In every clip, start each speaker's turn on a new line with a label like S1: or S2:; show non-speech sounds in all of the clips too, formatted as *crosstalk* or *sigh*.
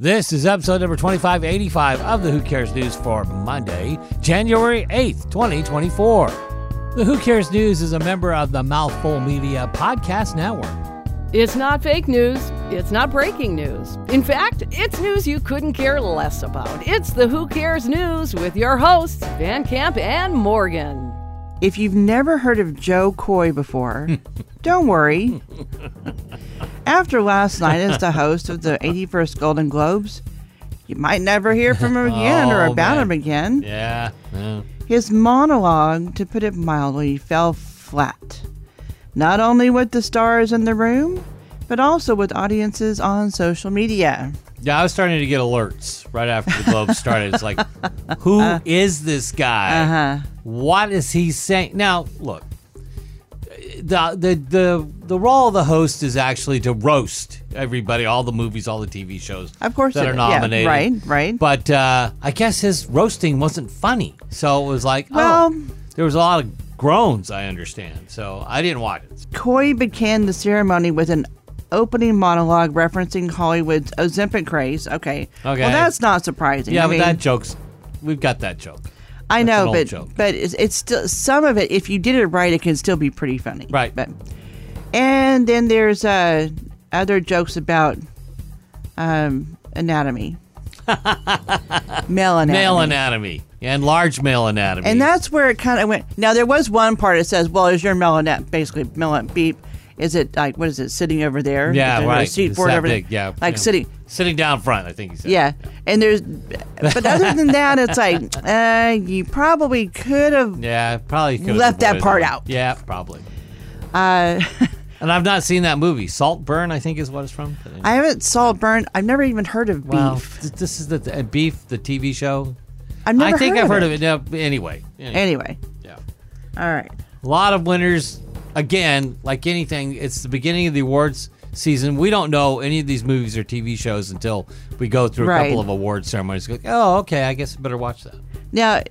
S1: This is episode number 2585 of the Who Cares News for Monday, January 8th, 2024. The Who Cares News is a member of the Mouthful Media Podcast Network.
S2: It's not fake news. It's not breaking news. In fact, it's news you couldn't care less about. It's the Who Cares News with your hosts, Van Camp and Morgan.
S3: If you've never heard of Joe
S1: *laughs*
S3: Coy before, don't worry. After last night as the host of the 81st Golden Globes, you might never hear from him again or
S1: *laughs* Oh,
S3: about
S1: man.
S3: him again.
S1: Yeah. yeah.
S3: His monologue, to put it mildly, fell flat. Not only with the stars in the room, but also with audiences on social media.
S1: Yeah, I was starting to get alerts right after the Globe started. It's like, who is this guy?
S3: Uh huh.
S1: What is he saying? Now, look, the, the the the role of the host is actually to roast everybody, all the movies, all the TV shows,
S3: Of course
S1: that
S3: it-
S1: are
S3: yeah,
S1: nominated,
S3: right, right.
S1: But uh, I guess his roasting wasn't funny, so it was like,
S3: Well-
S1: oh, there was a lot of groans. I understand, so I didn't watch it.
S3: Coy began the ceremony with an opening monologue referencing Hollywood's Ozempic craze. Okay.
S1: Okay.
S3: Well, that's not surprising.
S1: Yeah,
S3: I
S1: but
S3: mean,
S1: that joke's we've got that joke, that's
S3: I
S1: an
S3: know,
S1: old
S3: but
S1: joke.
S3: but it's, it's still some of it. If you did it right, it can still be pretty funny.
S1: Right.
S3: But and then there's uh, other jokes about um,
S1: *laughs*
S3: anatomy, male anatomy.
S1: male anatomy and large male anatomy,
S3: And that's where it kind of went. Now there was one part that says, "Well, is your melanet basically melanet beep? Is it like what is it sitting over there?
S1: Yeah,
S3: Is there a
S1: right.
S3: Seat
S1: It's
S3: for it
S1: that
S3: over there?
S1: big, yeah,
S3: like
S1: yeah.
S3: sitting.
S1: sitting down front. I think he said,
S3: Yeah. And there's, but other than that, it's like *laughs* uh, you probably could have.
S1: yeah, probably could've
S3: Left that
S1: avoided
S3: part
S1: one.
S3: out.
S1: Yeah, probably.
S3: Uh,
S1: And I've not seen that movie. Saltburn, I think, is what it's from. But anyway.
S3: I haven't saw burn. I've never even heard of
S1: Wow.
S3: beef.
S1: Th- This is the uh, beef, the TV show.
S3: I've never.
S1: I think
S3: heard
S1: I've heard
S3: it.
S1: of it. No, anyway, anyway,
S3: Anyway,
S1: yeah.
S3: all right.
S1: A lot of winners. Again, like anything, it's the beginning of the awards season. We don't know any of these movies or TV shows until we go through a
S3: Right.
S1: couple of award ceremonies. Go, oh, okay. I guess I better watch that.
S3: Now,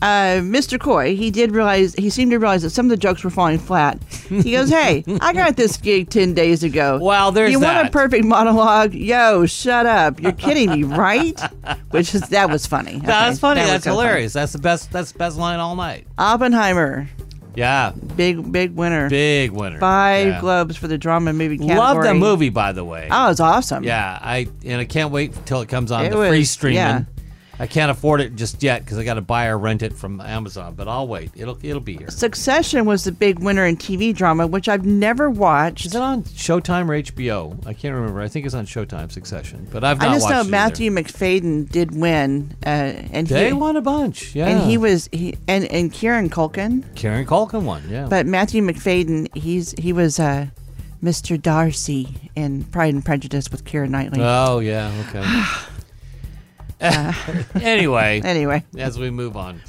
S3: uh, Mr. Coy, he did realize, he seemed to realize that some of the jokes were falling flat. He goes, Hey, I got this gig 10 days ago.
S1: Well, there's
S3: You want
S1: that.
S3: a perfect monologue? Yo, shut up. You're kidding me, right? *laughs* Which is, that was funny. Okay,
S1: That's funny.
S3: that was
S1: that's
S3: kinda funny.
S1: hilarious. That's the best. That's the best line all night.
S3: Oppenheimer,
S1: Yeah,
S3: big, big winner.
S1: big winner.
S3: Five
S1: Yeah.
S3: Globes for the drama movie category.
S1: Love the movie, by the way.
S3: Oh, it's awesome.
S1: Yeah, I and I can't wait till it comes on
S3: It
S1: the free
S3: was-
S1: streaming.
S3: yeah.
S1: I can't afford it just yet because I got to buy or rent it from Amazon. But I'll wait. It'll it'll be here.
S3: Succession was the big winner in TV drama, which I've never watched.
S1: Is it on Showtime or HBO? I can't remember. I think it's on Showtime Succession, but I've not
S3: I just
S1: watched
S3: know
S1: it either.
S3: Matthew McFadden did win, uh, and
S1: They
S3: he
S1: won a bunch. Yeah,
S3: and he was he and and Kieran Culkin,
S1: Karen Culkin won. Yeah,
S3: but Matthew McFadden, he's he was uh, Mr. Darcy in Pride and Prejudice with Kieran Knightley.
S1: oh
S3: *sighs*
S1: *laughs* yeah,
S3: Uh.
S1: okay.
S3: *laughs*
S1: anyway,
S3: anyway,
S1: as we move on,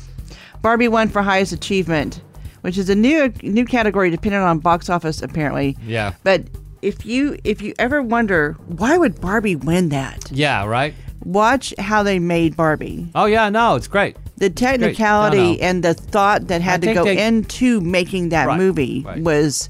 S3: Barbie won for highest achievement, which is a new new category dependent on box office apparently.
S1: Yeah.
S3: But if you if you ever wonder why would Barbie win that,
S1: yeah, right.
S3: watch how they made Barbie.
S1: Oh yeah, no, it's great.
S3: the technicality
S1: No, no.
S3: and the thought that had to
S1: think
S3: go
S1: they-
S3: into making that
S1: Right,
S3: movie
S1: right.
S3: was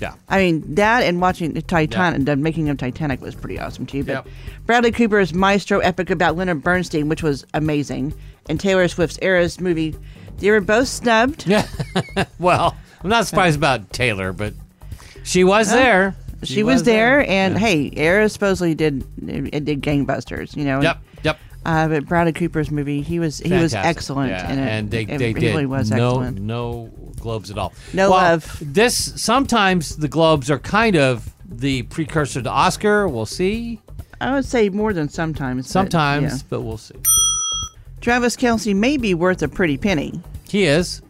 S1: Yeah,
S3: I mean that and watching the Titanic
S1: Yeah.
S3: the making of Titanic was pretty awesome too but
S1: Yep.
S3: Bradley Cooper's Maestro epic about Leonard Bernstein which was amazing and Taylor Swift's Eras movie they were both snubbed
S1: yeah. *laughs* well, I'm not surprised about Taylor, but she was there.
S3: she, was, there, and hey Eras supposedly did it did gangbusters you know and,
S1: Yep, yep.
S3: uh, but Bradley Cooper's movie he was he was
S1: Fantastic.
S3: excellent
S1: Yeah,
S3: in it.
S1: and they,
S3: It
S1: they did.
S3: really was
S1: no,
S3: excellent
S1: No globes at all.
S3: No
S1: Well,
S3: love.
S1: This sometimes the globes are kind of the precursor to Oscar. We'll see.
S3: I would say more than sometimes but,
S1: Sometimes,
S3: yeah.
S1: but we'll see.
S3: Travis Kelsey may be worth a pretty penny,
S1: He is.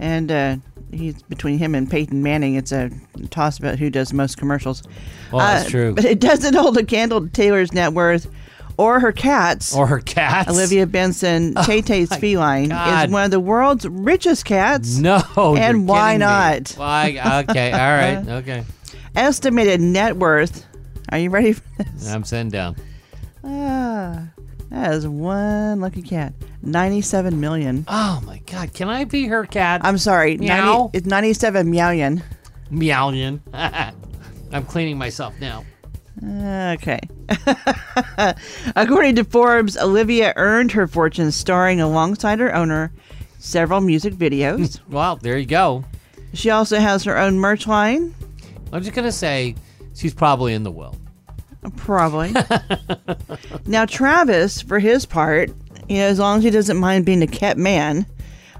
S3: and uh, he's between him and Peyton Manning. It's a toss about who does most commercials. Uh,
S1: Well, that's true.
S3: But it doesn't hold a candle to Taylor's net worth or her cats.
S1: Or her cats.
S3: Olivia Benson, Tay Tay's feline,
S1: God.
S3: is one of the world's richest
S1: *laughs*
S3: cats.
S1: No. you're
S3: And why
S1: kidding me.
S3: not?
S1: Why? Okay. All
S3: *laughs*
S1: right. Okay.
S3: Estimated net worth. Are you
S1: *laughs*
S3: ready for this?
S1: I'm sitting down.
S3: Ah, that is one lucky cat. 97 million.
S1: Oh my God! Can I be her cat?
S3: I'm sorry.
S1: Meow.
S3: 90, it's 97 million.
S1: *laughs* meowing. I'm cleaning myself now.
S3: Okay. *laughs* According to Forbes, Olivia earned her fortune starring alongside her owner several
S1: *laughs*
S3: music videos.
S1: Well, there you go.
S3: she also has her own merch line,
S1: I'm just gonna say she's probably in the will.
S3: probably.
S1: *laughs*
S3: now, Travis, for his part, you know, as long as he doesn't mind being a kept man,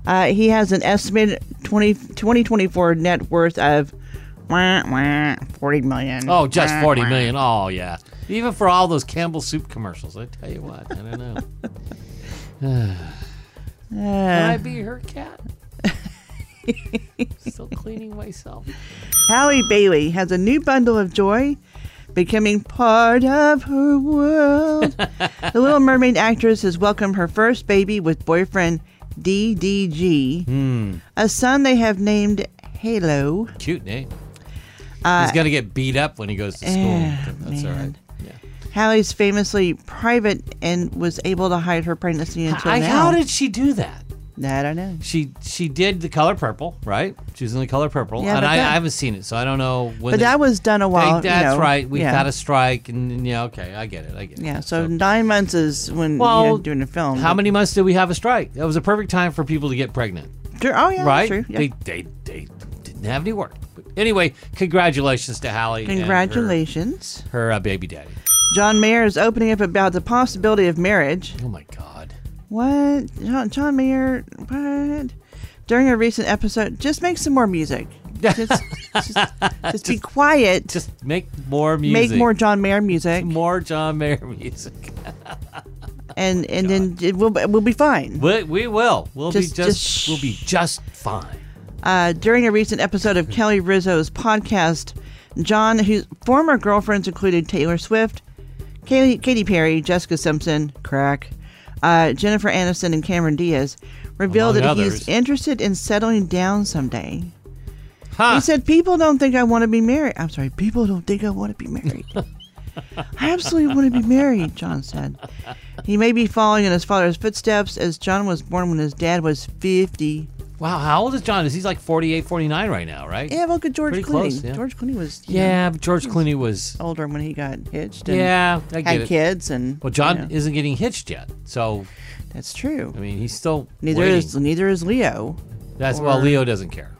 S3: uh, he has an estimated 20, 2024 net worth of wah, wah, 40 million.
S1: Oh, just
S3: Wah,
S1: forty
S3: wah.
S1: million. Oh yeah. Even for all those Campbell soup commercials, I tell you what, I don't
S3: *laughs*
S1: know. Can I
S3: Uh,
S1: be her cat? *laughs* Still cleaning myself.
S3: Hallie Bailey has a new bundle of joy, becoming part of her
S1: *laughs*
S3: world. the Little Mermaid actress has welcomed her first baby with boyfriend DDG,
S1: Hmm.
S3: a son they have named Halo.
S1: Cute name.
S3: Uh,
S1: He's gonna get beat up when he goes to school.
S3: eh,
S1: but That's all right.
S3: man.
S1: Yeah.
S3: Hallie's famously private and was able to hide her pregnancy until
S1: I,
S3: now.
S1: how did she do that?
S3: I don't know.
S1: She she did the color purple, right? She was in the color purple,
S3: Yeah,
S1: and
S3: but
S1: I,
S3: that-
S1: I haven't seen it, so I don't know when.
S3: But
S1: they-
S3: that was done a
S1: Hey,
S3: while. you
S1: that's
S3: know,
S1: right. We
S3: yeah.
S1: had a strike, and, and yeah, okay, I get it. I get it.
S3: Yeah, so nine months is when
S1: Well,
S3: you know, doing a film.
S1: how many months did we have a strike? That was a perfect time for people to get pregnant,
S3: Sure, Oh, yeah,
S1: right?
S3: true. yeah.
S1: They, they they didn't have any work. But anyway, congratulations to Hallie. and her-
S3: Congratulations.
S1: her, uh, baby daddy.
S3: John Mayer is opening up about the possibility of marriage.
S1: Oh my God.
S3: What? John, John Mayer? What? During a recent episode, just make some more music. Just,
S1: *laughs*
S3: just, just be quiet.
S1: Just make more music.
S3: make more John Mayer music,
S1: more John Mayer *laughs* music.
S3: and and then it will we'll be fine.
S1: We, we will. We'll
S3: Just-
S1: be just,
S3: just
S1: we'll be just fine.
S3: Uh, during a recent episode
S1: *laughs*
S3: of Kelly Rizzo's podcast, John, whose former girlfriends included Taylor Swift, Kay- Katy Perry, Jessica Simpson, crack, uh, Jennifer Aniston, and Cameron Diaz, revealed
S1: Among
S3: that
S1: others.
S3: he's interested in settling down someday.
S1: Huh.
S3: He said, People don't think I want to be married. I'm sorry, people don't think I want to be
S1: *laughs*
S3: married. I absolutely want to be married, John said. He may be following in his father's footsteps as John was born when his dad was 50.
S1: Wow, how old is John? Is he's like 48, 49 right now, right?
S3: Yeah, well, good George
S1: Pretty
S3: Clooney.
S1: close, yeah.
S3: George Clooney was you know,
S1: Yeah, but George Clooney was.
S3: older when he got hitched and
S1: Yeah, I get
S3: had
S1: it.
S3: kids and
S1: Well, John
S3: you know,
S1: isn't getting hitched yet, so
S3: that's true.
S1: I mean he's still
S3: neither
S1: waiting.
S3: is neither is Leo.
S1: That's well,
S3: or-
S1: Leo doesn't care.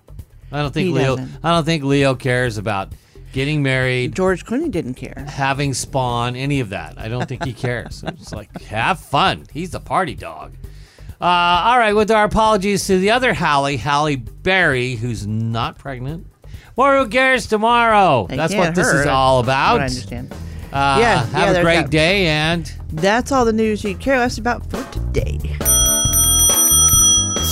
S1: I don't think
S3: He
S1: Leo.
S3: doesn't.
S1: I don't think Leo cares about getting married,
S3: George Clooney didn't care.
S1: having spawn, any of that. I don't think he cares. it's like have fun. He's the party dog. Uh, all right, with our apologies to the other Hallie, Hallie Berry, who's not pregnant. More who cares tomorrow?
S3: They
S1: That's
S3: can't
S1: what this
S3: hurt.
S1: is all about.
S3: I understand.
S1: Uh,
S3: Yeah, yeah,
S1: have a
S3: there's
S1: great
S3: that.
S1: day and
S3: That's all the news you care less about for today.